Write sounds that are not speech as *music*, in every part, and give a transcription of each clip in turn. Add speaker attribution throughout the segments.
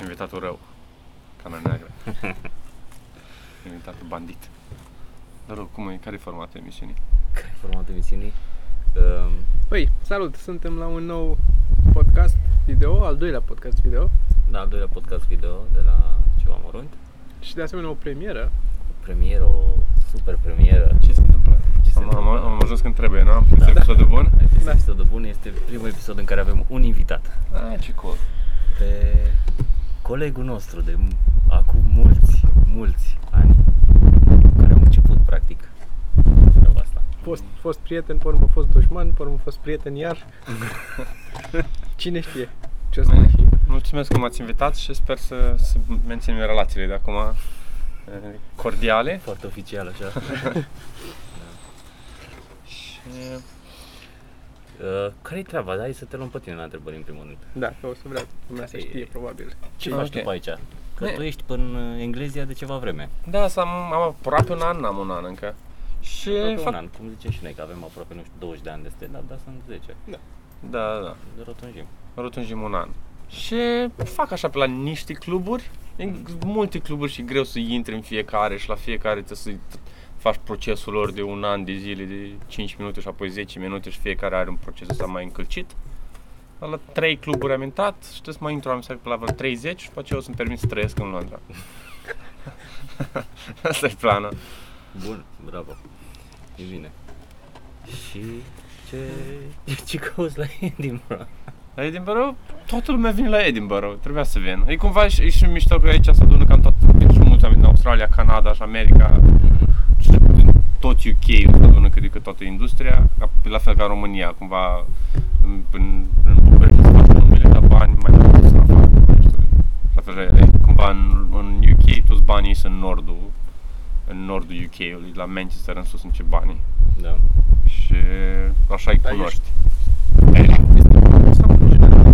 Speaker 1: invitatul rău. Camera *laughs* neagră. invitatul bandit. Dar rău, cum e? Care e formatul emisiunii?
Speaker 2: Care e formatul emisiunii? Um,
Speaker 3: Păi, salut! Suntem la un nou podcast video, al doilea podcast video
Speaker 2: da, al doilea podcast video de la Ceva Mărunt.
Speaker 3: și de asemenea o premieră.
Speaker 2: Premieră, o super premieră.
Speaker 1: Ce se întâmplă?
Speaker 2: Ce se
Speaker 1: Am, am,
Speaker 2: întâmplă?
Speaker 1: am ajuns când trebuie, nu? Am prins da. episodul bun?
Speaker 2: Ai fost
Speaker 3: Da.
Speaker 2: episodul bun, este primul episod în care avem un invitat.
Speaker 1: A, Da, ce cool.
Speaker 2: Pe colegul nostru de m- acum mulți, mulți ani, care am început practic treaba asta.
Speaker 3: Fost, fost prieten, pe urmă fost dușman, pe urmă fost prieten *laughs* iar. Cine știe ce o să mai fi.
Speaker 1: Mulțumesc că m-ați invitat și sper să, să menținem relațiile de acum eh, cordiale.
Speaker 2: Foarte oficial
Speaker 1: *laughs*
Speaker 2: așa.
Speaker 1: Și
Speaker 2: Uh, care-i treaba? Hai să te luăm pe tine la întrebări în primul rând.
Speaker 3: Da, că o să vrea lumea să știe probabil.
Speaker 2: Ce
Speaker 1: Ok.
Speaker 2: faci tu pe aici? Că
Speaker 1: Ne-
Speaker 2: tu ești în Englezia de ceva vreme.
Speaker 1: da, s-am, am aproape un an, n-am un an încă. Și
Speaker 2: Aproape un
Speaker 1: fac-
Speaker 2: an, cum zicem și noi, că avem aproape, nu știu, 20 de ani de stand-up, dar sunt 10.
Speaker 1: Da, da, da.
Speaker 2: De rotunjim.
Speaker 1: rotunjim un an. Și fac așa pe la niște cluburi, e multe cluburi și greu să intri în fiecare și la fiecare trebuie să faci procesul lor de un an de zile, de 5 minute și apoi 10 minute și fiecare are un proces ăsta mai încălcit. Dar La 3 cluburi am intrat și trebuie să mai intru, am să pe la vreo 30 și după aceea o să-mi permit să trăiesc în Londra. *laughs* Asta e planul.
Speaker 2: Bun, bravo. E bine. Și ce, *laughs* ce cauți la Andy, bro?
Speaker 1: La Edinburgh, toată lumea vine la Edinburgh, trebuia să vină. E cumva și, e și mișto că aici se adună cam tot, vin și mulți oameni din Australia, Canada și America, și din tot UK se adună cât de cât toată industria, ca- la fel ca România, cumva în, în, în București se fac numele, dar bani mai mult sunt afară, nu știu. La fel, e- cumva în, în UK toți banii sunt în nordul, în nordul UK-ului, la Manchester în sus sunt ce banii.
Speaker 2: Da.
Speaker 1: Și așa îi
Speaker 3: Dar ești-
Speaker 1: cunoști.
Speaker 3: Sau în general,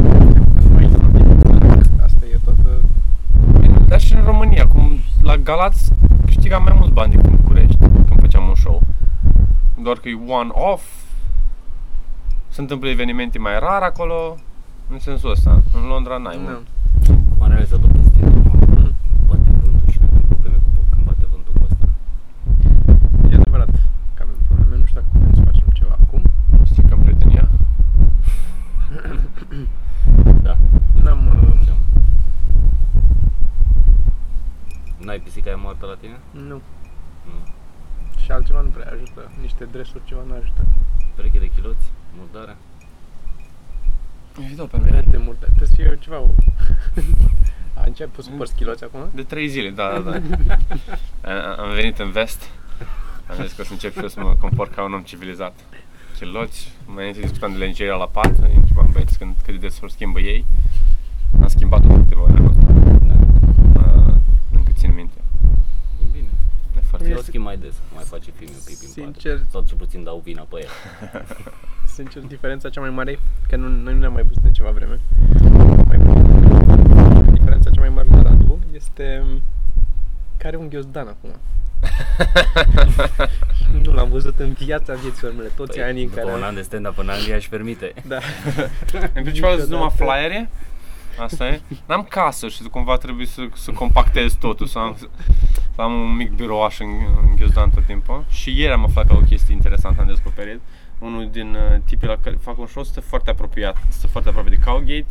Speaker 3: mai sunt. Asta e tot uh,
Speaker 1: Dar și în România, cum la Galați câștigam mai mulți bani decât în București când făceam un show. Doar că e one-off, se întâmplă evenimente mai rar acolo, în sensul ăsta. În Londra n-ai
Speaker 3: na.
Speaker 1: mult.
Speaker 2: Cum am realizat o chestie, acum, bate vântul și noi avem probleme cu când bate vântul cu ăsta.
Speaker 3: E adevărat că avem probleme, nu știu dacă putem să facem ceva acum.
Speaker 1: Stricăm prietenia.
Speaker 2: Da.
Speaker 3: N-am, uh,
Speaker 2: N-ai pisica aia moartă la tine?
Speaker 3: nu.
Speaker 2: Nu.
Speaker 3: Și altceva nu prea ajută. Niște dresuri ceva nu ajută.
Speaker 2: Pereche de chiloți? Murdare?
Speaker 1: Evident, pe
Speaker 3: Era de mult, dar trebuie să fie ceva... o- A început să păr schiloți acum?
Speaker 1: De trei zile, da, da, da. A- Am venit în vest. Am zis că o să încep și eu să mă comport ca un om civilizat. Chiloți, mai înainte discutam de lenjeria la pat, îi întrebam băieți când, cât de des ori schimbă ei. Am schimbat-o de câteva ori anul ăsta.
Speaker 2: Da.
Speaker 1: Uh, încât țin minte.
Speaker 2: E bine.
Speaker 1: E foarte
Speaker 2: Eu *laughs*
Speaker 1: rău.
Speaker 2: o schimb mai des, mai face filmul pipi în pat.
Speaker 3: Sincer,
Speaker 2: Sau cel puțin dau vina pe el.
Speaker 3: sincer, diferența cea mai mare e că nu, noi nu ne-am mai văzut de ceva vreme. Mai mult. Diferența cea mai mare la Radu este care un ghiozdan
Speaker 2: *laughs*
Speaker 3: acum. nu l-am văzut în viața vieților mele, toți
Speaker 2: Păi,
Speaker 3: anii în
Speaker 2: după
Speaker 3: care...
Speaker 2: un an de stand-up în Anglia își permite.
Speaker 3: Da. *laughs*
Speaker 1: În principal Deci sunt numai
Speaker 3: Niciodată.
Speaker 1: flyere. Asta e. N-am casă și cumva trebuie să, să compactez totul, să am, să am un mic birouaș în, în ghiozdan tot timpul. Și ieri am aflat că o chestie interesantă am descoperit. Unul din uh, tipii la care fac un show stă foarte apropiat, stă foarte aproape de Cowgate.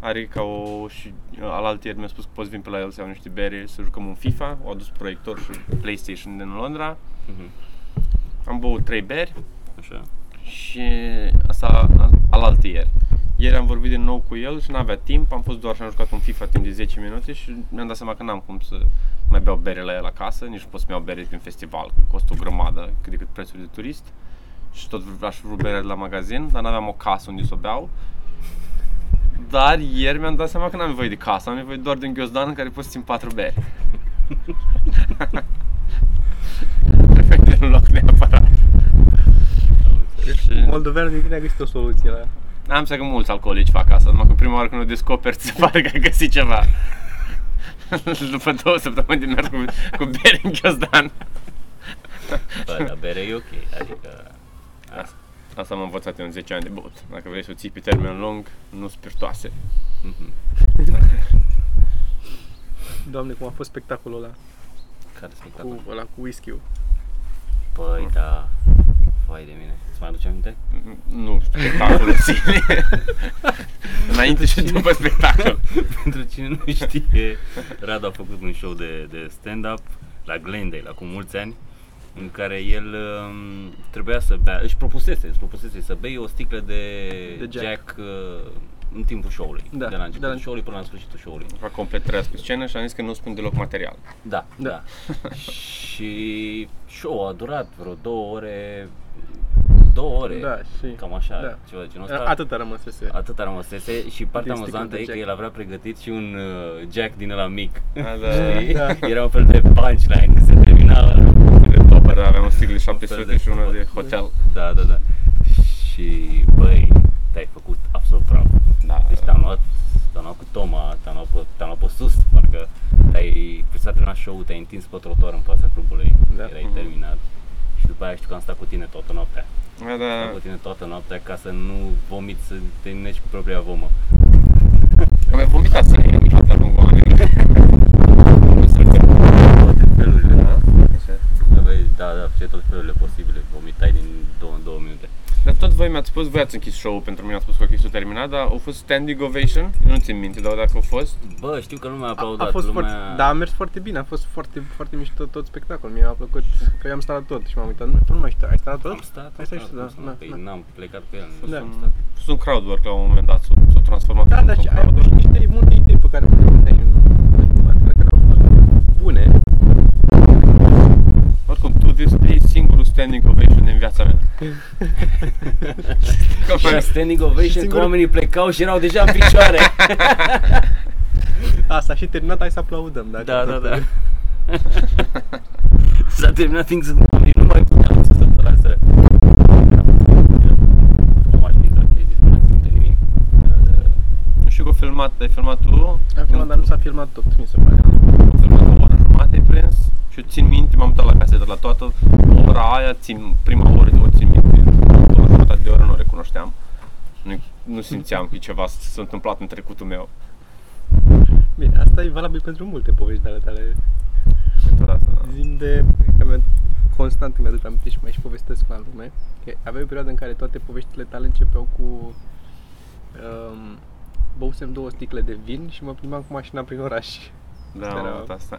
Speaker 1: Are ca o... și uh, alaltă ieri mi-a spus că poți vin pe la el să iau niște bere, să jucăm un FIFA. Au adus proiector și PlayStation din Londra.
Speaker 2: Mhm.
Speaker 1: Am băut trei beri.
Speaker 2: Așa.
Speaker 1: Și asta alaltă ieri. Ieri am vorbit din nou cu el și n-avea timp, am fost doar și am jucat un FIFA timp de 10 minute și mi-am dat seama că n-am cum să mai beau bere la el acasă, nici nu pot să-mi iau bere din festival, că costă o grămadă cât de cât prețul de turist și tot v- aș vrut bere de la magazin, dar n-aveam o casă unde să o beau. Dar ieri mi-am dat seama că n-am nevoie de casă, am nevoie doar de un ghiozdan în care pot să țin patru beri. *laughs* Trebuie de un loc neapărat. Și-
Speaker 3: Moldoveanul din tine a găsit o soluție la...
Speaker 1: am să că mulți alcoolici fac asta, numai că prima oară când o descoperi, *laughs* ți se pare că ai găsit ceva. *laughs* După două săptămâni din mers cu, cu bere în ghiozdan.
Speaker 2: Da, dar bere e ok, adică... Asta.
Speaker 1: Asta am învățat eu în 10 ani de băut. Dacă vrei să o ții pe termen lung, nu spiritoase.
Speaker 2: Mhm.
Speaker 3: Doamne, cum a fost spectacolul ăla
Speaker 2: Care spectacol?
Speaker 3: cu, ăla cu whisky-ul.
Speaker 2: Păi da, vai de mine. Îți mai aduce
Speaker 3: *laughs*
Speaker 2: aminte?
Speaker 1: Nu, spectacolul în sine. Înainte și după spectacol.
Speaker 2: Pentru cine nu știe, Radu a făcut un show de, de stand-up la Glendale acum mulți ani în care el um, trebuia să bea, își propusese, își propusese să bei o sticlă de,
Speaker 3: De Jack.
Speaker 2: uh, în timpul show-ului,
Speaker 3: Da,
Speaker 2: de la
Speaker 3: de
Speaker 2: începutul
Speaker 3: la-
Speaker 2: show-ului până la sfârșitul show-ului.
Speaker 1: Fac complet trăiesc pe scenă și am zis că nu spun deloc material.
Speaker 2: Da,
Speaker 3: Da.
Speaker 2: da. *laughs* și show a durat vreo două ore, două ore,
Speaker 3: Da, și...
Speaker 2: Păi, cam așa,
Speaker 3: da.
Speaker 2: ceva de genul ăsta.
Speaker 3: A- Atâta rămăsese.
Speaker 2: Atât rămăsese și partea
Speaker 3: Din sticlă
Speaker 2: amuzantă
Speaker 3: de
Speaker 2: e că
Speaker 3: Jack.
Speaker 2: el avea pregătit și un uh, Jack din ăla mic.
Speaker 3: Ah,
Speaker 1: Da,
Speaker 2: Știi?
Speaker 1: da.
Speaker 2: *laughs* Era un fel de punchline când se termina ăla.
Speaker 1: Da, aveam o sticlă 700 și una de hotel.
Speaker 2: Da, da, da. Și băi, te-ai făcut absolut praf.
Speaker 1: Da,
Speaker 2: Deci te-am luat, te-am luat cu Toma, te-am luat pe, te-am luat pe sus, parcă te-ai pus să terminat show-ul, te-ai întins pe trotuar în fața clubului,
Speaker 3: Da.
Speaker 2: erai
Speaker 1: Mhm.
Speaker 2: terminat. Și după aia știu că am stat cu tine toată noaptea.
Speaker 1: da,
Speaker 2: Am
Speaker 1: da.
Speaker 2: stat cu tine toată noaptea ca să nu vomiți, să terminești cu propria vomă.
Speaker 1: Am mai vomitat să ne niciodată de-a lungul anilor. Nu se uite.
Speaker 2: Toate felurile.
Speaker 1: Da?
Speaker 2: Aveai, da, da, făceai toate felurile posibile. Vomitai din două în două minute.
Speaker 1: Dar tot voi mi-ați spus, voi ați închis show-ul pentru mine, ați spus că chestia terminat, dar au fost standing ovation, Eu nu țin minte, dar dacă au fost,
Speaker 2: Bă, știu că lumea a
Speaker 3: A,
Speaker 2: aplaudat.
Speaker 3: a fost
Speaker 2: lumea...
Speaker 3: foarte, da, a mers foarte bine, a fost foarte, foarte mișto tot spectacolul, mi-a plăcut, că eu am stat la tot și m-am uitat, nu, nu mai știu, ai stat la tot?
Speaker 2: Am stat,
Speaker 3: Ai
Speaker 2: am
Speaker 3: stat
Speaker 2: stat,
Speaker 3: și tu, da,
Speaker 2: am stat,
Speaker 3: da,
Speaker 2: păi
Speaker 3: da.
Speaker 2: n-am plecat pe el. nu
Speaker 3: Da.
Speaker 2: am stat.
Speaker 1: a fost un crowd work la un moment dat, s-a, s-a transformat
Speaker 3: Da, dar
Speaker 1: într-un
Speaker 3: și ai
Speaker 1: crowd
Speaker 3: avut
Speaker 1: work.
Speaker 3: niște multe idei pe care nu le gândeai în care erau bune.
Speaker 1: Oricum, tu this day singurul standing ovation din viața
Speaker 3: *laughs*
Speaker 1: mea. Că
Speaker 2: Și era
Speaker 1: fără-
Speaker 2: standing ovation, că
Speaker 3: singurul-
Speaker 2: oamenii plecau și erau deja în picioare.
Speaker 3: A, s-a și terminat, hai să aplaudăm. Dacă
Speaker 2: da, da, da. S-a terminat things and oamenii nu mai puteau să se întoarcă. Nu mai știu dacă e disponibil de nimic. Dar, uh,
Speaker 1: Nu știu că ai filmat, ai filmat tu,
Speaker 3: Am filmat, dar nu s-a filmat tot, mi se pare.
Speaker 1: am filmat o oră jumătate, ai prins și eu țin minte, m-am uitat la casetă la toată ora aia, țin prima oră, o țin minte, o oră jumătate de oră nu o recunoșteam. Nu, nu simțeam că e ceva s- s-a întâmplat în trecutul meu.
Speaker 3: Bine, asta e valabil pentru multe povești de ale tale.
Speaker 1: Câteodată, da.
Speaker 3: Zim de... că mi-a- Constant îmi aduc aminte și mai și povestesc la lume. Că aveai o perioadă în care toate poveștile tale începeau cu... Um, băusem două sticle de vin și mă plimbam cu mașina prin *laughs* oraș.
Speaker 1: Da, am
Speaker 3: Era-
Speaker 1: avut asta.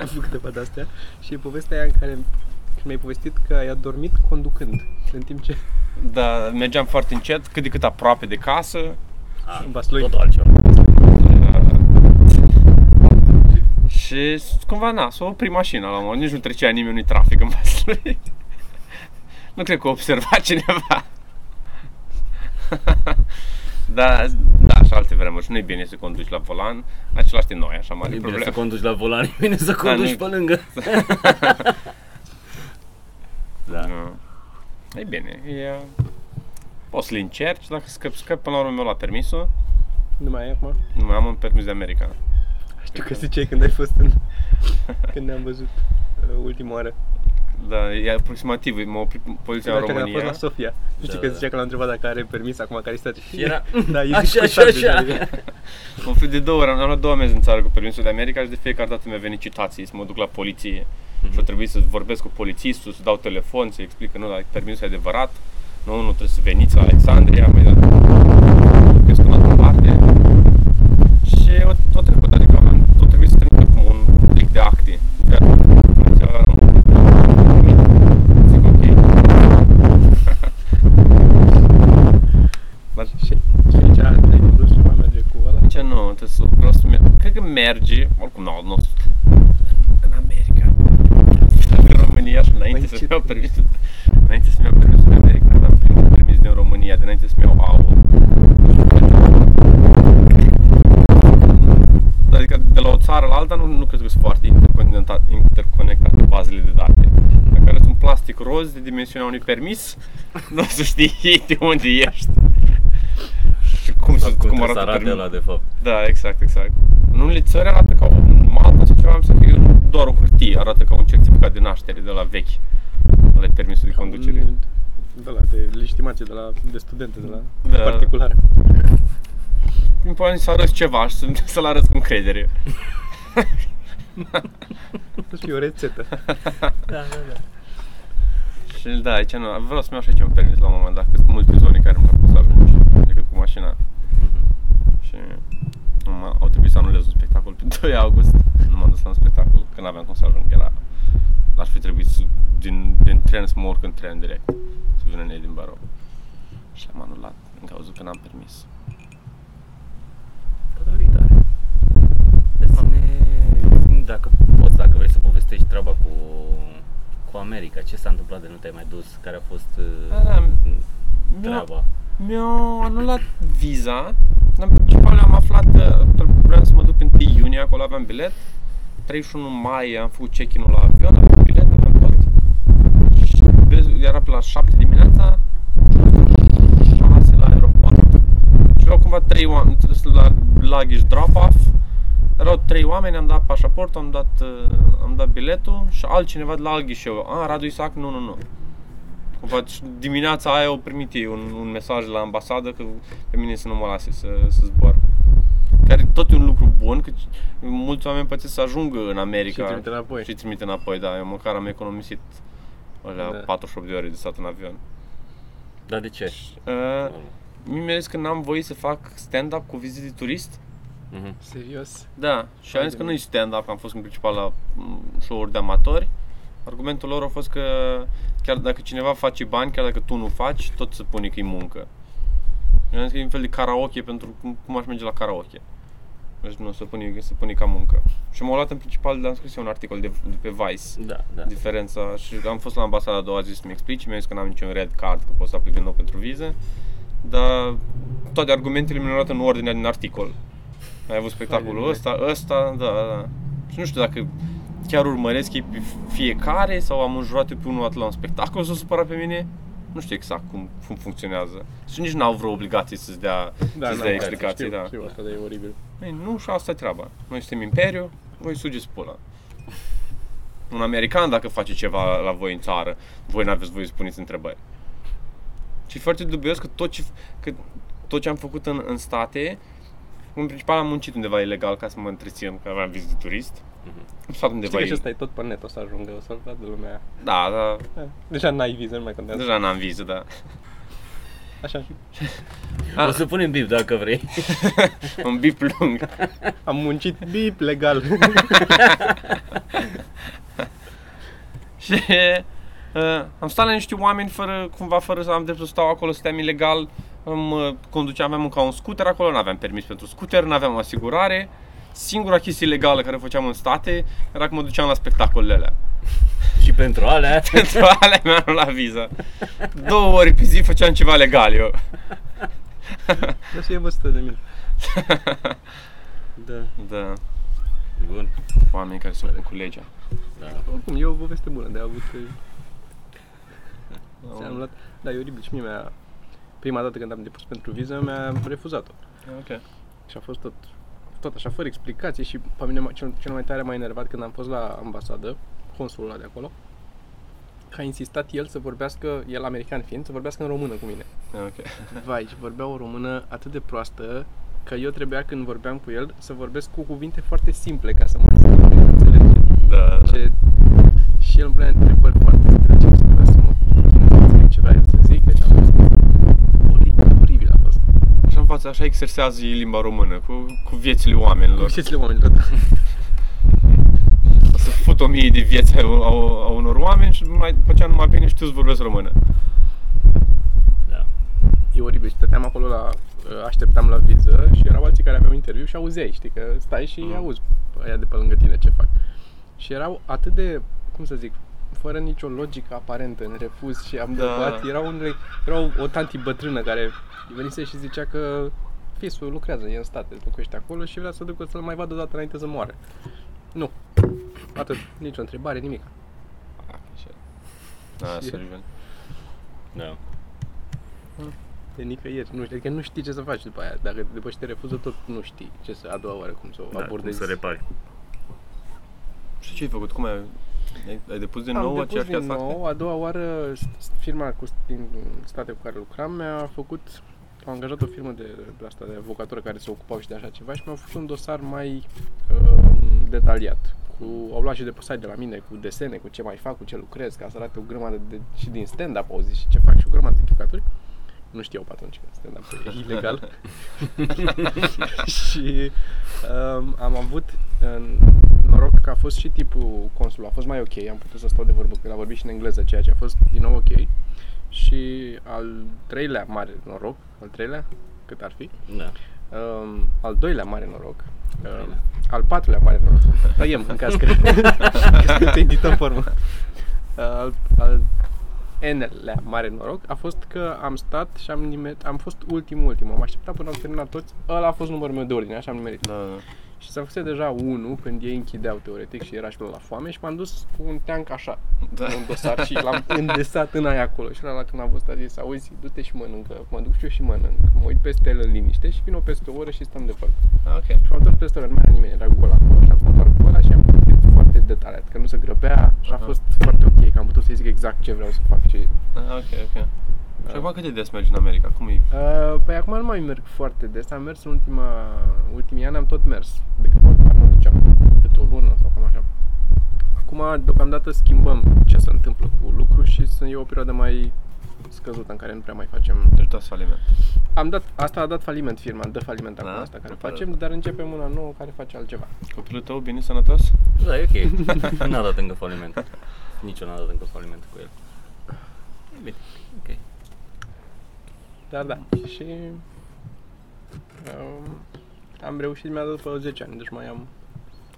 Speaker 3: Am făcut câteva de astea. Și e povestea aia în care când mi-ai povestit că ai adormit conducând, în timp ce
Speaker 1: Da, mergeam foarte încet, cât de cât aproape de casă.
Speaker 3: *laughs*
Speaker 2: a,
Speaker 3: Vaslui.
Speaker 2: Totul altceva.
Speaker 1: Și cumva, na, s-a oprit mașina la un moment, nici nu trecea nimeni, nu-i trafic în Vaslui. *laughs* nu cred că a observat cineva. *laughs* da, da, și alte vremuri, și nu-i bine să conduci la volan, același e noi, așa mare
Speaker 2: E bine Adică să
Speaker 1: problemă.
Speaker 2: conduci la volan, *laughs* e bine să conduci pe
Speaker 1: nu- *laughs*
Speaker 2: lângă.
Speaker 1: Da.
Speaker 2: da.
Speaker 1: Nu. E bine, e... Poți să-l încerci, dacă scăp, scăp, până la urmă mi-a luat permisul.
Speaker 3: Nu mai ai acum?
Speaker 1: Nu mai am un permis de America.
Speaker 3: Știu că ziceai când ai fost *laughs* în... când ne-am văzut uh, ultima oară.
Speaker 1: Da, e aproximativ, m-a oprit poliția în
Speaker 3: Când a fost
Speaker 1: România.
Speaker 3: la Sofia. Nu știu
Speaker 2: Da,
Speaker 3: că
Speaker 2: da.
Speaker 3: zicea că l-am întrebat dacă are permis acum care este
Speaker 2: Și era...
Speaker 1: *laughs*
Speaker 3: Da, e
Speaker 2: Așa, așa,
Speaker 3: discutat deja,
Speaker 2: așa.
Speaker 3: adică-
Speaker 1: M-a oprit de două ori, am am luat două mezi în țară cu permisul de America și de fiecare dată mi-a venit citații, să mă duc la poliție. Și a trebuit să vorbesc cu polițistul, să dau telefon, să explic că nu, dar permisul e adevărat. Nu, nu trebuie să veniți la Alexandria, mai dat vorbesc în altă parte. Și o, tot trecut, adică am tot trebuit să trimit acum un plic de acte. De poliția ăla nu. Zic, ok.
Speaker 3: Și și aici te-ai condus și mai merge cu ăla.
Speaker 1: Aici nu, trebuie să, vreau să merg. Cred că merge, oricum nu, nu în America. În România și înainte
Speaker 3: Mai
Speaker 1: să-mi
Speaker 3: ce-
Speaker 1: iau permisul, înainte să-mi iau permisul în America, am primit permis din România, de înainte să-mi iau AU. Adică de la o țară la alta nu, nu cred că sunt foarte interconecta- interconectate bazele de date. Dacă arăți un plastic roz de dimensiunea unui permis, nu o să știi de unde ești. Și cum, să,
Speaker 2: Cum,
Speaker 1: cum
Speaker 2: cum
Speaker 1: arată
Speaker 2: arată
Speaker 1: permis.
Speaker 2: ăla, de fapt.
Speaker 1: Da, exact, exact. În unele țări arată ca o maltă sau ceva, să fie doar o hârtie, arată ca un certificat de naștere de la vechi, ale permisul de conducere.
Speaker 3: De la, de legitimație, de la, de studente, de la
Speaker 1: Da.
Speaker 3: particulară.
Speaker 1: *laughs* Important să arăți ceva și să, să-l arăți cu încredere.
Speaker 3: *laughs* Să fie o rețetă.
Speaker 2: Da, da, da.
Speaker 1: Și da, aici nu, vreau să-mi iau și aici un permis la un moment dat, că sunt multe zone care nu pot să ajungi decât cu mașina.
Speaker 2: Mhm.
Speaker 1: Și numai, au trebuit să anulez un spectacol pe 2 august. Nu m-am dus la un spectacol, că n-aveam cum să ajung. Era, aș fi trebuit să, din, din tren să mă urc în tren direct, să vin în Edinburgh. Și l-am anulat, din cauza că n-am permis.
Speaker 2: Data viitoare. Să ne zi-mi Deci, dacă poți, dacă vrei să povestești treaba cu, cu America, ce s-a întâmplat de nu te-ai mai dus, care a fost uh,
Speaker 1: Da, da.
Speaker 2: treaba.
Speaker 1: Mi-au anulat viza. În principal am aflat, uh, vreau să mă duc pe 1 iunie, acolo aveam bilet. 31 mai am făcut check-in-ul la avion, aveam bilet, aveam tot. Și biletul era pe la 7 dimineața, 6 la aeroport. Și erau cumva 3 oameni, la luggage drop-off. Erau trei oameni, am dat pașaportul, am dat, uh, am dat biletul și altcineva de la alt ghișeu. A, Radu Isac, nu, nu, nu. Cumva și dimineața aia au primit ei un, un mesaj la ambasadă că pe mine să nu mă lase să, să zbor. Care tot e un lucru bun, că mulți oameni pățesc să ajungă în America
Speaker 3: Și trimite înapoi.
Speaker 1: Și trimite înapoi, da, eu măcar am economisit alea
Speaker 3: Da.
Speaker 1: 48 de ore de stat în avion.
Speaker 2: Dar de ce?
Speaker 1: Uh,
Speaker 3: Da.
Speaker 1: mi-am zis că n-am voie să fac stand-up cu vizite de turist.
Speaker 2: Mhm.
Speaker 3: Serios?
Speaker 1: Da, și am
Speaker 3: Hai
Speaker 1: zis
Speaker 3: de
Speaker 1: că nu
Speaker 3: mine.
Speaker 1: e stand-up, că am fost în principal la mm, show-uri de amatori. Argumentul lor a fost că chiar dacă cineva face bani, chiar dacă tu nu faci, tot se pune că e muncă. Eu am zis că e un fel de karaoke pentru cum, cum aș merge la karaoke. Deci nu, se pune, se pune ca muncă. Și m-au luat în principal, dar am scris eu un articol de, de pe Vice
Speaker 2: Da, da.
Speaker 1: diferența și am fost la ambasada a doua zi să-mi explici, mi-a zis că n-am niciun red card, că pot să aplic din nou pentru viză, dar toate argumentele mi le-au luat în ordinea din articol. Ai avut spectacolul
Speaker 3: Fainele.
Speaker 1: ăsta, ăsta, da, da. Și nu știu dacă chiar urmăresc ei pe fiecare sau am înjurat eu pe unul atât la un spectacol s-a supărat pe mine. Nu știu exact cum, cum funcționează. Și nici n-au vreo obligație să-ți dea, să-ți
Speaker 3: n-am
Speaker 1: dea
Speaker 3: voie,
Speaker 1: explicații.
Speaker 3: Da, știu,
Speaker 1: da.
Speaker 3: Știu, asta e oribil.
Speaker 1: Ei, nu, și asta e treaba. Noi suntem imperiu, voi sugeți pula. Un american dacă face ceva la voi în țară, voi n-aveți voie să puneți întrebări. Și e foarte dubios că tot ce, că tot ce am făcut în, în state, în principal am muncit undeva ilegal ca să mă întrețin, că aveam vizit de turist. Am stat
Speaker 3: Mhm. Știi
Speaker 1: undeva
Speaker 3: că și
Speaker 1: il-
Speaker 3: ăsta e tot pe net, o să ajungă, o să-l vadă lumea.
Speaker 1: Da, da,
Speaker 3: Da. Deja n-ai viză, nu mai contează.
Speaker 1: deja n-am viză, da.
Speaker 3: Așa,
Speaker 1: Ah.
Speaker 2: O să punem bip dacă vrei. *laughs*
Speaker 1: Un bip lung.
Speaker 3: am muncit bip legal. *laughs*
Speaker 1: *laughs* Și uh, am stat la niște oameni fără, cumva fără să am dreptul să stau acolo, stăteam ilegal, mă conduceam, aveam ca un scooter acolo, nu aveam permis pentru scooter, nu aveam asigurare. Singura chestie legală care o făceam în state era că mă duceam la spectacolele *laughs* alea.
Speaker 2: și pentru
Speaker 1: *laughs*
Speaker 2: alea.
Speaker 1: Pentru alea mi-am luat viza. Două ori pe zi făceam ceva legal eu.
Speaker 3: Nu să e văzută de
Speaker 1: *laughs*
Speaker 3: mine. Da.
Speaker 1: Da,
Speaker 2: Bun.
Speaker 1: oameni care se ocupă cu legea.
Speaker 2: Da.
Speaker 3: Oricum, e o poveste bună de avut. Am luat, da, e oribil și mie mi-a, prima dată când am depus pentru viză, mi-a refuzat-o.
Speaker 1: Ok.
Speaker 3: Și a fost tot, tot așa, fără explicații și pe mine m-a- cel, cel mai tare m-a enervat când am fost la ambasadă, consulul ăla de acolo, că a insistat el să vorbească, el american fiind, să vorbească în română cu mine.
Speaker 1: Ok.
Speaker 3: Vai, și vorbea o română atât de proastă că eu trebuia când vorbeam cu el să vorbesc cu cuvinte foarte simple ca să mă înțeleg, că nu înțelege
Speaker 1: Da.
Speaker 3: ce... Și el îmi punea întrebări foarte drăge și trebuia să mă chinui să înțeleg ce vrea el să zică și am fost oribil, oribil a fost.
Speaker 1: Așa în față, așa exersează ei limba română, cu, cu viețile oamenilor.
Speaker 3: Cunoșteți-le oamenilor, da.
Speaker 1: să fut o mie de vieți a, a, a unor oameni și mai, după ce numai bine știu să vorbesc română.
Speaker 2: Da.
Speaker 3: e oribil. Și Stăteam acolo la, uh, așteptam la viză și erau alții care aveau interviu și auzeai, știi, că stai și
Speaker 1: Mhm.
Speaker 3: auzi pe aia de pe lângă tine ce fac. Și erau atât de, cum să zic, fără nicio logică aparentă în refuz și am
Speaker 1: Da.
Speaker 3: da. erau, unele, erau o tanti bătrână care venise și zicea că fisul lucrează, e în state, locuiește acolo și vrea să ducă să-l mai vadă o dată înainte să moară. Nu. Atât. Nicio întrebare, nimic.
Speaker 1: Da,
Speaker 3: Și-
Speaker 1: Sullivan.
Speaker 2: Da.
Speaker 3: De nicăieri. Nu știu, adică nu știi ce să faci după aia. Dacă după ce te refuză tot, nu știi ce să a doua oară cum să o
Speaker 2: Da, cum
Speaker 3: abordezi.
Speaker 2: să repari.
Speaker 1: Și ce ai făcut? Cum ai, ai, ai depus din nou
Speaker 3: Am depus
Speaker 1: aceeași
Speaker 3: din
Speaker 1: casă?
Speaker 3: nou, a doua oară s- s- firma cu, din state cu care lucram mi-a făcut a angajat o firmă de, de asta, de avocatură care se ocupau și de așa ceva și mi-au făcut un dosar mai um, detaliat. Cu, au luat și de pe site de la mine, cu desene, cu ce mai fac, cu ce lucrez, ca să arate o grămadă de, și din stand-up au zis și ce fac și o grămadă de chicaturi. Nu știau pe atunci că stand-up e *laughs* ilegal. *laughs* și um, am avut um, noroc că a fost și tipul consul, a fost mai ok, am putut să stau de vorbă, că el a vorbit și în engleză, ceea ce a fost din nou ok. Și al treilea mare noroc, al treilea, cât ar fi,
Speaker 2: Da.
Speaker 3: um, al doilea mare noroc, um,
Speaker 2: treilea.
Speaker 3: al patrulea mare noroc, tăiem Da, în caz că, că te edităm formă, al, al N-lea mare noroc a fost că am stat și am nimerit, am fost ultimul, ultimul, am așteptat până am terminat toți, ăla a fost numărul meu de ordine, așa am nimerit.
Speaker 1: Da, da.
Speaker 3: Și s-a făcut deja 1 când ei închideau teoretic și era și la foame și m-am dus cu un teanc așa,
Speaker 1: Da.
Speaker 3: un dosar și
Speaker 1: *laughs*
Speaker 3: l-am îndesat în aia acolo. Și ăla când a văzut a zis, auzi, du-te și mănâncă. Mă duc și eu și mănânc. Mă uit peste el în liniște și vin o peste o oră și stăm de vorbă.
Speaker 1: Ah, Ok.
Speaker 3: Și m-am întors peste oră, nu mai era nimeni, era gol acolo și am stat doar cu ăla și am vorbit foarte detaliat, că nu se grăbea și a
Speaker 1: Aha.
Speaker 3: fost foarte ok, că am putut să zic exact ce vreau să fac. Ce...
Speaker 1: Ah, ok, ok. Și acum cât de des mergi în America? Cum e?
Speaker 3: Uh, păi acum nu mai merg foarte des, am mers în ultima, ultimii ani, am tot mers, de câte ori mă duceam, câte o lună sau cam așa. Acum, deocamdată, schimbăm ce se întâmplă cu lucru și sunt- e o perioadă mai scăzută în care nu prea mai facem
Speaker 1: Deci dați faliment.
Speaker 3: Am dat, asta a dat faliment firma, dă faliment acum
Speaker 1: Da?
Speaker 3: asta care
Speaker 1: Nu
Speaker 3: facem,
Speaker 1: pare.
Speaker 3: dar începem una nouă care face altceva.
Speaker 1: Copilul tău bine sănătos?
Speaker 2: Da, e *laughs* ok. n-a dat încă faliment. Nici eu n-am dat încă faliment cu el. E bine. Ok.
Speaker 3: Dar da, și um, am reușit, mi-a dat după 10 ani, deci mai am,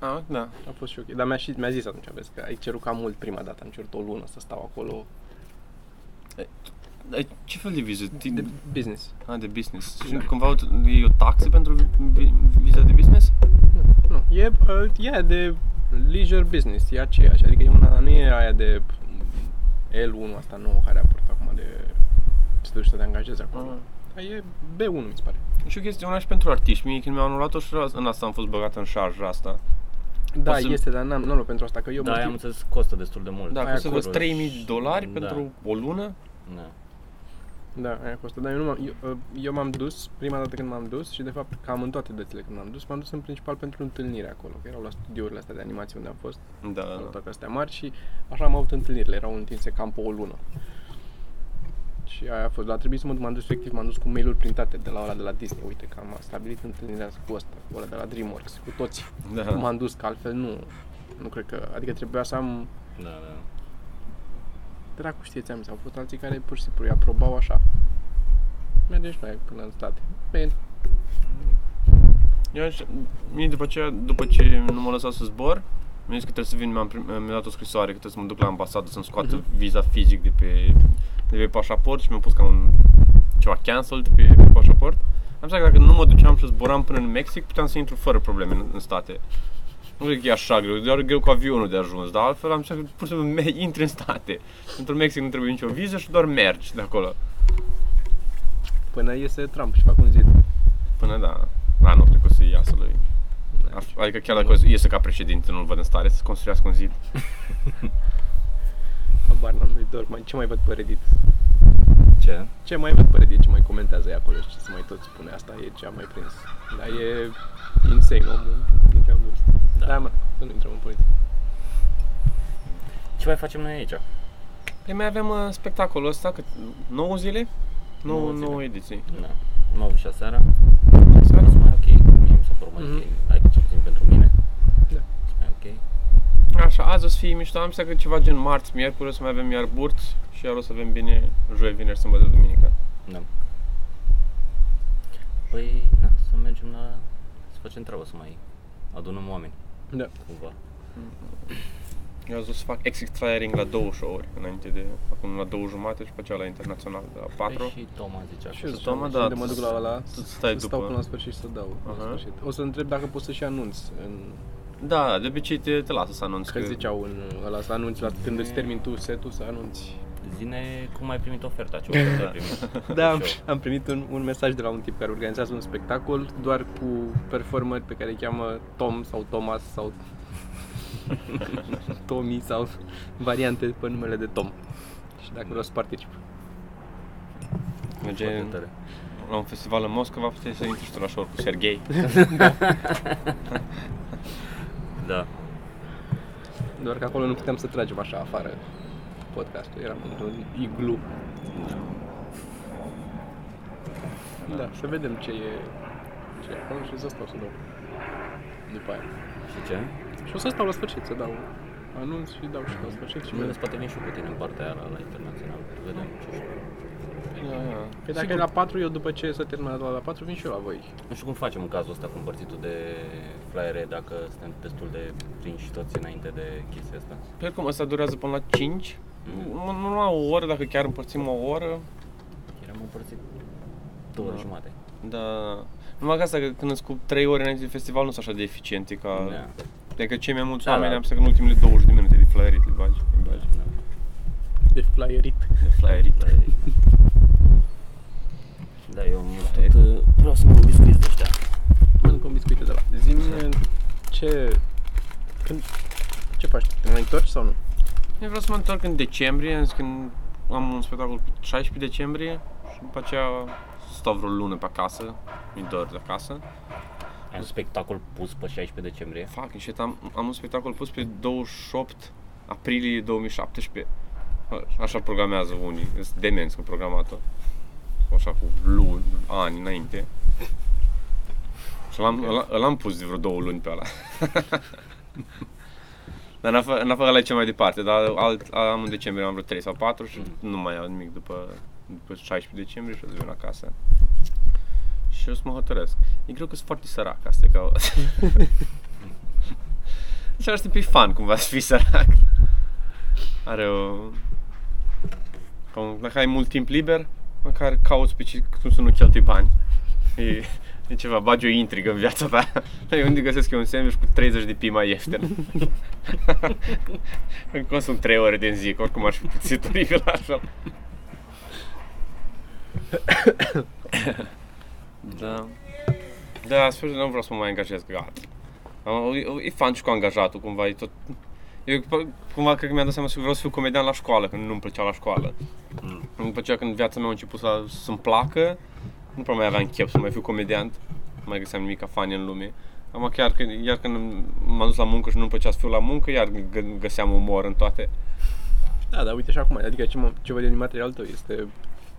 Speaker 1: Ah, da.
Speaker 3: a fost și ok. Dar mi-a, și, mi-a zis atunci, vezi, că ai cerut cam mult prima dată, am cerut o lună să stau acolo
Speaker 1: Dar ce fel de viză? Ti-
Speaker 3: de business.
Speaker 1: Ah, de business. Și
Speaker 3: Da.
Speaker 1: cumva o- e o taxă pentru vi- vi- viza de business?
Speaker 3: Nu, e, uh, e de leisure business, e aceeași, adică e una, nu e aia de L1 asta nouă care a apărut acum de să te duci să te angajezi acolo.
Speaker 1: Ah.
Speaker 3: Dar E B1, mi se pare.
Speaker 1: Și o chestie una și pentru artiști. Mie când mi-au anulat-o și în asta am fost băgat în șarja asta.
Speaker 3: Da,
Speaker 1: Poți să-
Speaker 3: este, dar n-am, nu, nu pentru asta, că eu
Speaker 2: Da,
Speaker 3: mă
Speaker 2: am înțeles, costă destul de mult.
Speaker 1: Da,
Speaker 3: Aia
Speaker 1: că să
Speaker 3: acolo
Speaker 1: văd 3000 dolari
Speaker 2: Da.
Speaker 1: pentru o lună?
Speaker 2: Da.
Speaker 3: Da, aia costă. Dar eu, nu m-am, eu, uh, eu, m-am dus, prima dată când m-am dus și de fapt cam în toate dățile când m-am dus, m-am dus în principal pentru întâlnire acolo, că erau la studiourile astea de animație unde am fost,
Speaker 1: Da, da,
Speaker 3: erau
Speaker 1: da.
Speaker 3: toate astea mari și așa am avut întâlnirile, erau întinse cam pe o lună. Și aia a fost, dar a trebuit să mă duc, m-am dus efectiv, m-am dus cu mail-uri printate de la ora de la Disney, uite că am stabilit întâlnirea cu ăsta, cu ăla de la DreamWorks, cu toți.
Speaker 1: da.
Speaker 3: M-am dus, că altfel nu, nu cred că, adică trebuia să am
Speaker 2: Da, da.
Speaker 3: Dracu știe, ți-am zis, au fost alții care pur și simplu îi aprobau așa. Merge și noi până în state. Bine.
Speaker 1: Eu aș, mie după ce, după ce nu m-a lăsat să zbor, mi-a zis că trebuie să vin, mi-am, prim- mi-a dat o scrisoare că trebuie să mă duc la ambasadă să-mi scoată viza fizic de pe, de pe pașaport și mi-a pus ca un ceva cancelled pe, pe pașaport. Am zis că dacă nu mă duceam și zboram până în Mexic, puteam să intru fără probleme în, în state. Nu cred că e așa greu, doar e greu cu avionul de ajuns, dar altfel am zis că pur și simplu me- *laughs* intri în state. Într-un Mexic nu trebuie nicio viză și doar mergi de acolo.
Speaker 3: Până iese Trump și fac un zid.
Speaker 1: Până da, anul trecut să iasă lui. Af- Adică chiar dacă o să iese ca președinte, nu-l văd în stare să construiască un zid.
Speaker 3: Habar n-am lui Dorman. Ce mai văd pe Reddit?
Speaker 2: Ce?
Speaker 3: Ce mai văd pe Reddit? Ce mai comentează ei acolo și ce se mai tot spune asta? E ce am mai prins. Dar e insane omul. din ce am văzut.
Speaker 2: Da.
Speaker 3: Da, mă, să nu intrăm în politică.
Speaker 2: Ce mai facem noi aici?
Speaker 1: Păi mai avem uh, spectacolul ăsta, cât, 9 zile? 9,
Speaker 2: Nouă zile.
Speaker 1: 9 ediții.
Speaker 2: Da. M-am avut și aseară. Seara sunt mai ok. Mie mi s-a părut mai
Speaker 3: Mhm.
Speaker 2: ok. Adică cel puțin pentru mine.
Speaker 3: Da.
Speaker 2: Sunt mai ok.
Speaker 1: Așa, azi o să fie mișto, am să că ceva gen marți, miercuri, o să mai avem iar burt și iar o să avem bine joi, vineri, sâmbătă, duminică.
Speaker 2: Da. Păi, na, să mergem la... Să facem treabă, să mai adunăm oameni,
Speaker 3: Da.
Speaker 2: cumva.
Speaker 1: Eu azi o să fac exit firing la două show-uri, înainte de, acum la două jumate și pe aceea la internațional, la
Speaker 2: Păi
Speaker 1: 4.
Speaker 2: și Toma zicea
Speaker 3: Și
Speaker 2: că
Speaker 3: eu
Speaker 1: Să
Speaker 3: ziceam,
Speaker 1: Toma,
Speaker 3: și
Speaker 1: da,
Speaker 3: unde mă duc la ăla,
Speaker 1: tu stai
Speaker 3: să stau
Speaker 1: după.
Speaker 3: până la sfârșit și să dau. la
Speaker 1: Aha.
Speaker 3: sfârșit. O să întreb dacă poți să și anunți în
Speaker 1: Da, de obicei te, te lasă să anunți
Speaker 3: Că ziceau în ăla să anunți la când îți termin tu setul să anunți.
Speaker 2: Zine cum ai primit oferta, ce ofertă ai primit.
Speaker 3: Da, am,
Speaker 2: Pe show.
Speaker 3: am primit un, un mesaj de la un tip care organizează un spectacol doar cu performări pe care îi cheamă Tom sau Thomas sau Tommy sau variante pe numele de Tom. Și dacă vreau să particip.
Speaker 1: Merge
Speaker 2: Foarte tare.
Speaker 1: la un festival în Moscova, puteai să intri și tu la show cu Sergei.
Speaker 2: Da.
Speaker 3: Doar că acolo nu puteam să tragem așa afară podcastul, eram într-un iglu. Da, să vedem ce e, ce e acolo și o să stau să dau după aia.
Speaker 2: Și ce?
Speaker 3: Și o să stau la sfârșit să dau anunț și dau și la sfârșit și
Speaker 2: Și mâine îți poate vin și eu cu tine în partea aia la, la internațional. Vedem ce știu.
Speaker 3: Păi dacă e la 4, eu după ce s-a terminat la 4, vin și eu la voi.
Speaker 2: Nu știu cum facem în cazul ăsta cu împărțitul de flyere, dacă suntem destul de prinși toți înainte de chestia asta.
Speaker 1: Pe Păi cum ăsta durează până la 5,
Speaker 2: Mm.
Speaker 1: nu, nu la o oră, dacă chiar împărțim o oră,
Speaker 2: Eram împărțit două ore
Speaker 1: Da.
Speaker 2: jumate.
Speaker 1: dar... Numai că asta, că când sunt cu 3 ore înainte de festival, nu sunt așa de eficiente ca...
Speaker 2: Da.
Speaker 1: Adică cei mai mulți
Speaker 2: Da,
Speaker 1: oameni
Speaker 2: da.
Speaker 1: am să că în ultimele 20 de minute de flyerit îl bagi, îl bagi.
Speaker 2: Da.
Speaker 3: De flyerit.
Speaker 1: De flyerit.
Speaker 2: Da, eu am tot, uh, vreau să mă biscuiți de ăștia.
Speaker 3: Mănânc un biscuit de la. Zim ce... Când... Ce faci? Te mai întorci sau nu?
Speaker 1: Eu vreau să mă întorc în decembrie, în- când am un spectacol pe 16 decembrie și după aceea stau vreo lună pe acasă, mi dor de acasă.
Speaker 2: Ai un spectacol pus pe 16 decembrie.
Speaker 1: Fucking shit, am, am un spectacol pus pe 28 aprilie 2017. A- Așa programează unii, sunt demenți cu programatul. Așa cu luni, ani înainte. Și l-am, l-am, l-am pus de vreo două luni pe ăla. *laughs* dar în afară, în afară ăla e cel mai departe, dar alt, am în decembrie am vreo 3 sau 4 și nu mai am nimic după, după 16 decembrie și o să vin acasă. Și eu să mă hotărăsc. E greu că sunt foarte sărac, asta e ca... *laughs* Și ar fi fan cumva să fii sărac. Are o... Cum, dacă ai mult timp liber, măcar cauți pe ce, cum să nu cheltui bani. E, e ceva, bagi o intrigă în viața ta. Eu unde găsesc eu un sandwich cu 30 de pii mai ieftin. Îmi consum 3 ore din zi, că oricum aș fi puțit oribil așa. da. Da, sfârșit, nu vreau să mă mai angajez, că gata. Am- e- E fan și cu angajatul, cumva, e tot... Eu p- cumva cred că mi-am dat seama că vreau să fiu comedian la școală, când nu-mi plăcea la școală.
Speaker 2: Mm.
Speaker 1: Îmi plăcea când viața mea a început să, să-mi placă, nu prea mai aveam chef să mai fiu comediant, nu mai găseam nimic ca fan în lume. Am chiar, când, iar când m-am dus la muncă și nu-mi plăcea să fiu la muncă, iar gă- găseam umor în toate.
Speaker 3: Da, dar uite și acum, adică ce, mă, ce văd eu din material tău este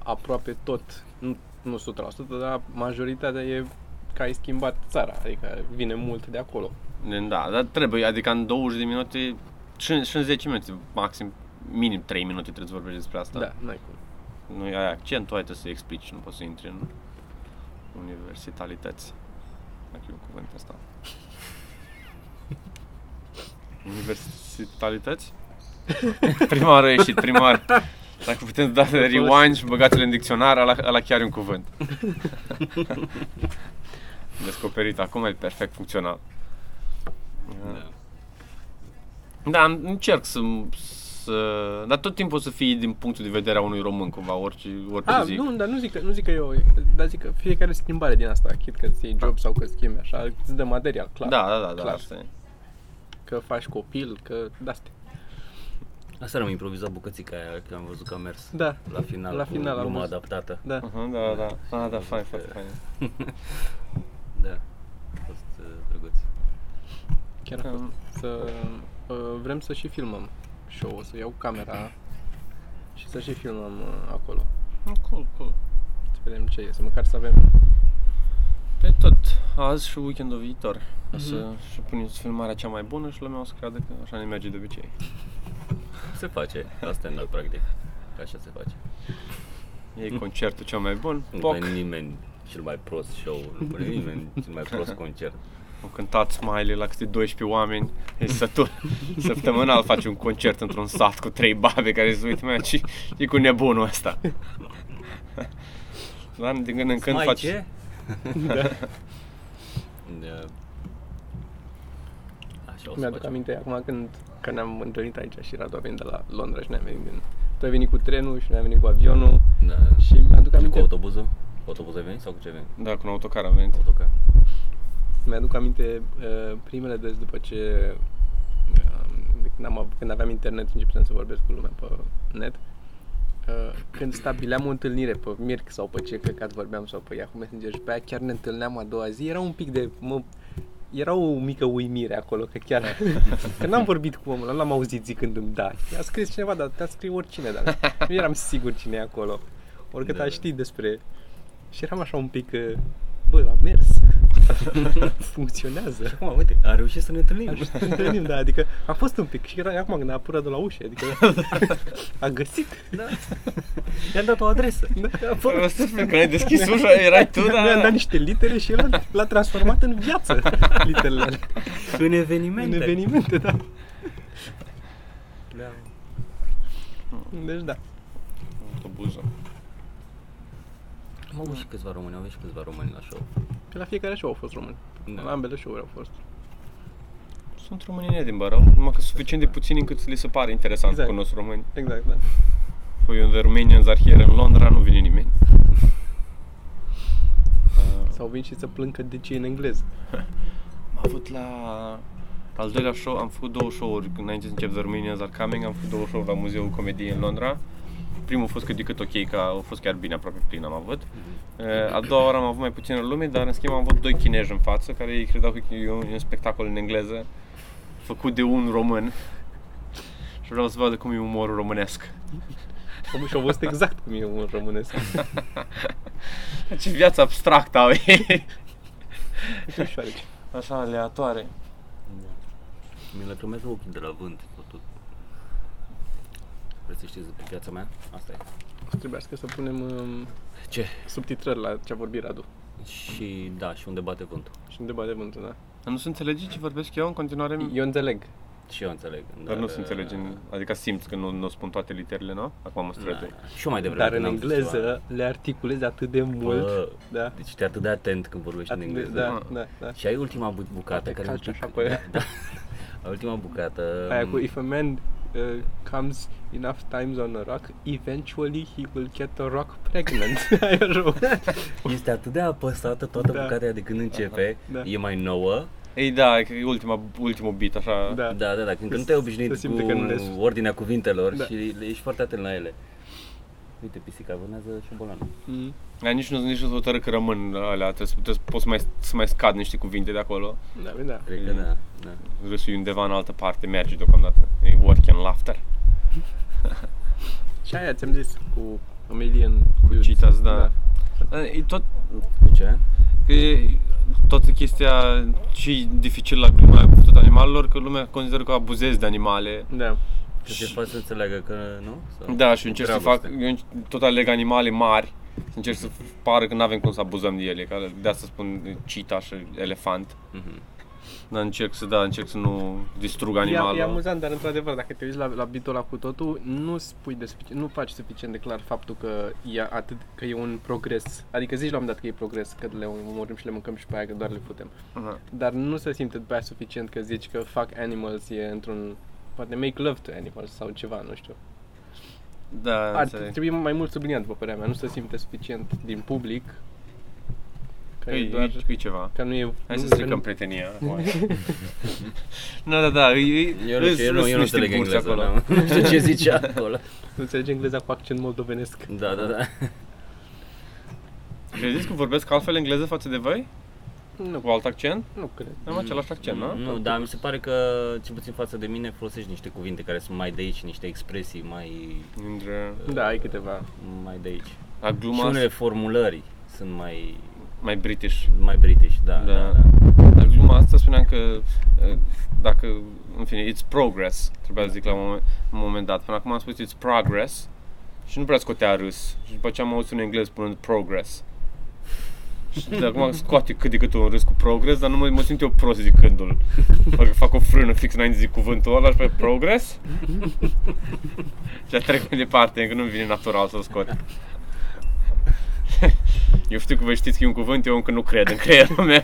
Speaker 3: aproape tot, nu, nu 100%, dar majoritatea e că ai schimbat țara, adică vine mult de acolo.
Speaker 1: Da, dar trebuie, adică în 20 de minute, și în- și în 10 minute, maxim, minim 3 minute trebuie să vorbești despre asta.
Speaker 3: Da, da n-ai cum.
Speaker 1: Nu ai accentul, ai trebuie să explici, nu poți să intri în universalități. Dacă e un cuvânt ăsta.
Speaker 3: *laughs*
Speaker 1: Universalități? Prima oară a ieșit, prima oară. Dacă putem da rewind și băgați-le în dicționar, ăla, ăla chiar e un
Speaker 3: *laughs*
Speaker 1: cuvânt. Descoperit, acum e perfect funcțional.
Speaker 2: Da.
Speaker 1: Da, am- încerc să, să... Dar tot timpul o să fii din punctul de vedere a unui român, cumva, orice, orice
Speaker 3: A,
Speaker 1: zic.
Speaker 3: Ah, nu, dar nu zic, că, nu zic că eu, dar zic că fiecare schimbare din asta, chit că ți iei job sau că schimbi așa, îți dă material, clar.
Speaker 1: Da, da, da, da,
Speaker 3: clar.
Speaker 1: asta e.
Speaker 3: Că faci copil, că de-astea.
Speaker 2: Aseară am improvizat bucățica aia, că am văzut că a mers.
Speaker 3: Da,
Speaker 2: La final,
Speaker 3: La
Speaker 2: cu
Speaker 3: final am
Speaker 2: lumea
Speaker 3: văzut.
Speaker 2: adaptată.
Speaker 3: da.
Speaker 1: Aha, da, da, da, ah, da, fain, foarte fain.
Speaker 2: Da. A fost uh, drăguț.
Speaker 3: Chiar a fost. Să, uh, vrem să și filmăm show-ul, să iau camera și să și filmăm uh, acolo.
Speaker 1: Ah, Cool, cool.
Speaker 3: Să vedem ce e, să măcar să avem...
Speaker 1: Pe tot, azi și weekendul viitor. O să
Speaker 3: Mhm.
Speaker 1: și punem filmarea cea mai bună și lumea o să creadă că așa ne merge de obicei.
Speaker 2: Se face la stand-up, practic. Că așa se face.
Speaker 1: E concertul cel mai bun,
Speaker 2: Nu
Speaker 1: poc,
Speaker 2: pune nimeni cel mai prost show, nu pune nimeni cel mai prost concert.
Speaker 1: au cântat Smiley la câte 12 oameni, e sătul. Săptămânal faci un concert într-un sat cu trei babe care se uită mai și e cu nebunul ăsta. Dar din când în când
Speaker 2: Mai
Speaker 1: faci...
Speaker 2: ce?
Speaker 3: Da.
Speaker 2: Da. Așa o să
Speaker 3: Mi-aduc
Speaker 2: facem.
Speaker 3: aminte acum când că ne-am întâlnit aici și Radu a venit de la Londra și ne-am venit din... Tu ai venit cu trenul și noi am venit cu avionul
Speaker 2: Da, da.
Speaker 3: și mi-aduc
Speaker 2: Și cu
Speaker 3: aminte,
Speaker 2: autobuzul? Cu autobuzul ai venit sau cu ce ai venit?
Speaker 1: Da, cu un autocar am venit.
Speaker 2: Cu autocar.
Speaker 3: mi-aduc aminte uh, primele dăți după ce uh, de când, am, av- când aveam internet și începeam să vorbesc cu lumea pe net uh, când stabileam o întâlnire pe Mirc sau pe ce căcat vorbeam sau pe Yahoo Messenger și pe aia chiar ne întâlneam a doua zi, era un pic de mă, era o mică uimire acolo, că chiar... că n-am vorbit cu omul ăla, l-am auzit zicându-mi da. A scris cineva, dar te-a scris oricine, dar nu eram sigur cine e acolo. Oricât
Speaker 2: Da,
Speaker 3: aș
Speaker 2: da.
Speaker 3: ști despre... Și eram așa un pic... uh, Bă, a mers. *laughs* Funcționează.
Speaker 2: Acum, uite, a reușit să ne întâlnim.
Speaker 3: Așa ne întâlnim, da, adică am fost un pic și era acum când a apărut de la ușă, adică a găsit.
Speaker 2: Da. I-am dat o adresă.
Speaker 3: Da, a
Speaker 1: Vreau
Speaker 3: fost.
Speaker 1: să spun că ai deschis ușa, erai
Speaker 3: *laughs*
Speaker 1: tu, da.
Speaker 3: Mi-am dat
Speaker 1: dar...
Speaker 3: Da, niște litere și el a- l-a transformat în viață literele alea.
Speaker 2: În evenimente.
Speaker 3: În evenimente, da.
Speaker 2: Da.
Speaker 3: Deci da.
Speaker 1: Autobuză.
Speaker 2: Am avut și câțiva români, avem și câțiva români la show.
Speaker 3: Pe la fiecare show au fost români.
Speaker 2: Da.
Speaker 3: La ambele show au fost.
Speaker 1: Sunt români din Barău, numai că suficient de puțini încât li se pare interesant exact.
Speaker 3: Exact.
Speaker 1: cunosc români.
Speaker 3: Exact, da.
Speaker 1: Păi unde Romanians are here în Londra nu vine nimeni. Uh,
Speaker 3: Sau vin și să plâncă de ce e în engleză.
Speaker 1: Am avut la al doilea show, am făcut două show-uri înainte să încep The Romanians Are Coming, am făcut două show-uri la Muzeul Comediei în Londra. Primul a fost cât de cât ok, că a fost chiar bine, aproape plin am avut. Uh, A doua oară am avut mai puțină lume, dar în schimb am avut doi chinezi în față, care ei credeau că e un, e un spectacol în engleză, făcut de un român. Și vreau să vadă cum e umorul românesc.
Speaker 3: Au- Și au fost exact cum e un românesc.
Speaker 1: Ce viață abstractă au ei!
Speaker 3: Ce șoareci.
Speaker 1: Așa aleatoare.
Speaker 2: Mi lăcrămează ochii de la vânt, tot, tot. Vreți să știți despre viața mea? Asta e.
Speaker 3: Trebuiască să punem um,
Speaker 2: Ce?
Speaker 3: subtitrări la ce a vorbit Radu.
Speaker 2: Și da, și unde bate vântul.
Speaker 3: Și nu de vântul, da.
Speaker 1: Dar nu se înțelege ce vorbesc eu în continuare?
Speaker 2: Mm.
Speaker 3: Eu înțeleg.
Speaker 2: Și eu înțeleg.
Speaker 1: Dar nu se
Speaker 2: uh,
Speaker 1: înțelege, în- adică simți că nu, nu spun toate literele, nu? Acum mă
Speaker 2: Da,
Speaker 1: strădui.
Speaker 2: da. Și eu mai devreme.
Speaker 3: Dar în
Speaker 2: când am zis ceva.
Speaker 3: engleză le articulezi atât de mult.
Speaker 2: Bă,
Speaker 3: Da.
Speaker 2: Deci te atât de atent când vorbești
Speaker 3: Atât
Speaker 2: în
Speaker 3: de,
Speaker 2: engleză.
Speaker 3: da, da, da.
Speaker 2: Și ai ultima bu- bucată
Speaker 3: Te
Speaker 2: care e un
Speaker 3: calci
Speaker 2: pic-
Speaker 3: așa pe-
Speaker 2: da, da. Ultima bucată. mm,
Speaker 3: Aia cu if a man uh, comes enough times on a rock, eventually he will get a rock pregnant. *laughs* Aia e
Speaker 2: *laughs*
Speaker 3: rău.
Speaker 2: Este atât de apăsată toată
Speaker 3: Da.
Speaker 2: bucata aia de când începe,
Speaker 3: Da.
Speaker 2: e mai nouă.
Speaker 1: Ei da, că e ultima, ultimul beat, așa.
Speaker 3: Da.
Speaker 2: Da, da, da, când, când te-ai obișnuit
Speaker 3: se simte
Speaker 2: cu
Speaker 3: că nu le-
Speaker 2: ordinea cuvintelor
Speaker 3: Da.
Speaker 2: și le- ești foarte atent la ele. Uite, pisica vânează și un bolan.
Speaker 3: Mm.
Speaker 1: Ai, nici nu nici nu hotără că rămân alea, trebuie, să, trebuie să poți să mai, să mai scad niște cuvinte de acolo.
Speaker 3: Da, bine, da.
Speaker 2: Cred că
Speaker 1: Mm.
Speaker 2: da, da.
Speaker 1: Râsul e undeva în altă parte, merge deocamdată. E work and laughter.
Speaker 3: Și aia ți-am zis cu a million cu
Speaker 1: Citas, da. da. E tot,
Speaker 2: Cu ce?
Speaker 1: că e toată chestia și dificil la gluma aia cu făcut animalelor, că lumea consideră că abuzezi de animale.
Speaker 3: Da.
Speaker 2: Că se poate să înțeleagă că nu? Sau?
Speaker 1: Da, și eu încerc să fac,
Speaker 2: Dragoste.
Speaker 1: eu înc- tot aleg animale mari, să încerc să pară că nu avem cum să abuzăm de ele, că de asta spun cita și elefant.
Speaker 2: Mhm.
Speaker 1: Dar încerc să, da, încerc să nu distrug
Speaker 3: E, e
Speaker 1: animalul.
Speaker 3: amuzant, dar într-adevăr, dacă te uiți la, la bitul ăla cu totul, nu spui de sufici- nu faci suficient de clar faptul că e atât, că e un progres. Adică zici la un moment dat că e progres, că le omorim și le mâncăm și pe aia că doar le putem.
Speaker 1: Aha.
Speaker 3: dar nu se simte după aia suficient că zici că fuck animals e într-un poate make love to animals sau ceva, nu știu.
Speaker 1: Da,
Speaker 3: Ar
Speaker 1: înțeleg.
Speaker 3: trebui mai mult subliniat, după părerea mea, nu se simte suficient din public că,
Speaker 1: Că
Speaker 3: e
Speaker 1: e,
Speaker 3: doar,
Speaker 1: Păi, e, e ceva.
Speaker 3: că nu e...
Speaker 1: Hai
Speaker 3: nu,
Speaker 1: să
Speaker 3: că
Speaker 1: stricăm
Speaker 3: nu-
Speaker 2: *laughs*
Speaker 1: prietenia. Nu, da, da, e,
Speaker 2: Eu nu, știu, eu nu, eu nu înțeleg engleză, da. Nu *laughs* știu ce zicea
Speaker 1: *laughs*
Speaker 2: acolo.
Speaker 3: Nu înțelege engleza cu accent moldovenesc.
Speaker 2: Da, da, da.
Speaker 1: Credeți că vorbesc altfel engleză față de voi?
Speaker 3: Nu,
Speaker 1: Cu alt accent?
Speaker 3: nu cred.
Speaker 1: Am același accent, nu?
Speaker 2: Mm, Nu, dar mi se pare că, cel puțin față de mine, folosești niște cuvinte care sunt mai de aici, niște expresii mai,
Speaker 1: Dintre...
Speaker 3: Da, ai câteva.
Speaker 2: mai de aici.
Speaker 1: La
Speaker 2: Și
Speaker 1: gluma
Speaker 2: unele formulări sunt mai,
Speaker 1: mai british.
Speaker 2: mai british, da, da,
Speaker 1: Da.
Speaker 2: da.
Speaker 1: Dar gluma asta spuneam că uh, dacă, în fine, it's progress, trebuia să zic la un moment, un moment dat. Până acum am spus it's progress și nu prea scotea râs. Și după ce am auzit un englez spunând progress. Și de acum scoate cât de cât un râs cu progress, dar nu mă, mă simt eu prost zicându-l. Parcă fac o frână fix înainte de zic cuvântul ăla și pe progress. și trec mai departe, că nu-mi vine natural să-l scot. Eu știu că voi știți că e un cuvânt, eu încă nu cred în creierul
Speaker 2: *laughs*
Speaker 1: meu.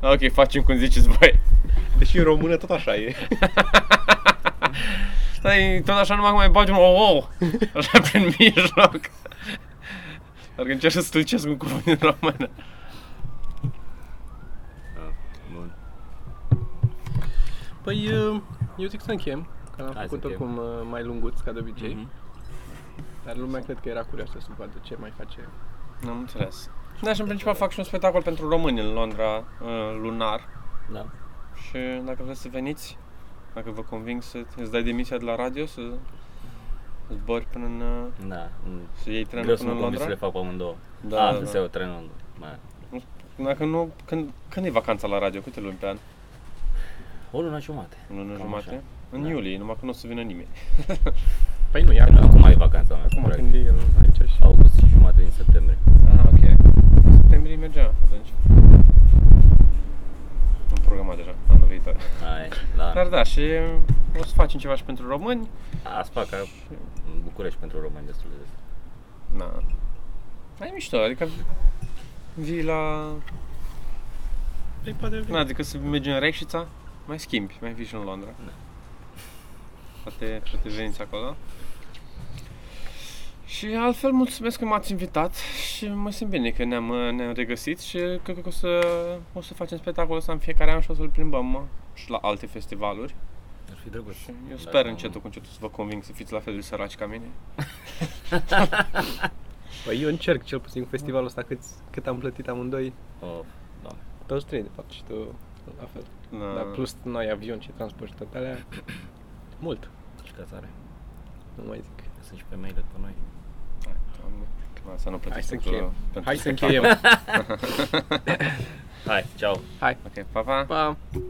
Speaker 1: ok, facem cum ziceți voi.
Speaker 3: Deși în română tot așa e.
Speaker 1: *laughs* Stai, tot așa numai că mai bagi un ou,
Speaker 3: *laughs*
Speaker 1: așa prin mijloc. Dar încerc să stâlcesc un cuvânt în română.
Speaker 2: Ah, Bun.
Speaker 3: Păi, uh, eu zic să încheiem, că am
Speaker 2: Hai să
Speaker 3: făcut
Speaker 2: încheiem.
Speaker 3: oricum uh, mai lunguț, ca de obicei.
Speaker 2: Mhm.
Speaker 3: Dar lumea cred că era curioasă să vadă ce mai face.
Speaker 1: Am înțeles. Da, și în principal fac și un spectacol pentru români în Londra, uh, lunar.
Speaker 2: Da.
Speaker 1: și dacă vreți să veniți, dacă vă conving să îți dai demisia de la radio, să zbori până în... uh,
Speaker 2: Da. mm.
Speaker 1: să iei trenul
Speaker 2: Greu să
Speaker 1: până
Speaker 2: mă
Speaker 1: în Londra?
Speaker 2: convins să le fac pe amândouă.
Speaker 1: Da,
Speaker 2: Da,
Speaker 1: da,
Speaker 2: ah,
Speaker 1: da.
Speaker 2: să iau trenul. în- Mai.
Speaker 1: Dacă nu, când, când e vacanța la radio? Câte luni pe an?
Speaker 2: O lună jumate.
Speaker 1: În lună
Speaker 2: Cam
Speaker 1: jumate?
Speaker 2: așa.
Speaker 1: În
Speaker 2: Da.
Speaker 1: iulie, numai că nu o să vină nimeni.
Speaker 3: Păi nu, e
Speaker 2: Că
Speaker 3: acum,
Speaker 2: Acum e vacanța mea.
Speaker 3: acum
Speaker 2: practic.
Speaker 3: când e el aici și...
Speaker 2: August și jumate din septembrie.
Speaker 1: Ah, ok. În septembrie mergea atunci. Am programat deja, anul viitor.
Speaker 2: Aia, la
Speaker 1: Dar da, și o să facem ceva și pentru români.
Speaker 2: Asta fac ca în București pentru români destul de des.
Speaker 1: Na. Ai mișto, adică vii la...
Speaker 3: Păi poate
Speaker 1: Na, adică să mergi în Reșița, mai schimbi, mai vii și în Londra.
Speaker 2: Da.
Speaker 1: Poate, poate veniți acolo. Și altfel mulțumesc că m-ați invitat și mă simt bine că ne-am, ne-am regăsit și cred că o să, o să facem spectacolul ăsta în fiecare an și o să-l plimbăm mă, și la alte festivaluri.
Speaker 2: Ar fi drăguț.
Speaker 1: Și eu
Speaker 2: Dacă
Speaker 1: sper
Speaker 3: Da.
Speaker 2: nu-
Speaker 1: încetul cu încetul să vă conving să fiți la fel de săraci ca mine.
Speaker 3: Păi eu încerc cel puțin cu festivalul ăsta cât, cât am plătit amândoi,
Speaker 2: O,
Speaker 3: toți trei de fapt și tu la fel.
Speaker 1: Da,
Speaker 3: Dar plus noi avion și transport și toate
Speaker 2: *coughs*
Speaker 3: alea, mult,
Speaker 2: și ca tare.
Speaker 3: nu mai zic.
Speaker 2: Sunt și femeile cu noi.
Speaker 1: Hai, doamne, că Asta nu
Speaker 3: Hai
Speaker 1: plătesc
Speaker 3: să
Speaker 1: pentru,
Speaker 3: încheiem.
Speaker 1: pentru
Speaker 3: Hai să
Speaker 2: *laughs*
Speaker 1: spectacol.
Speaker 3: încheiem.
Speaker 2: Hai, ceau!
Speaker 1: Ok, pa, pa!
Speaker 3: Pa!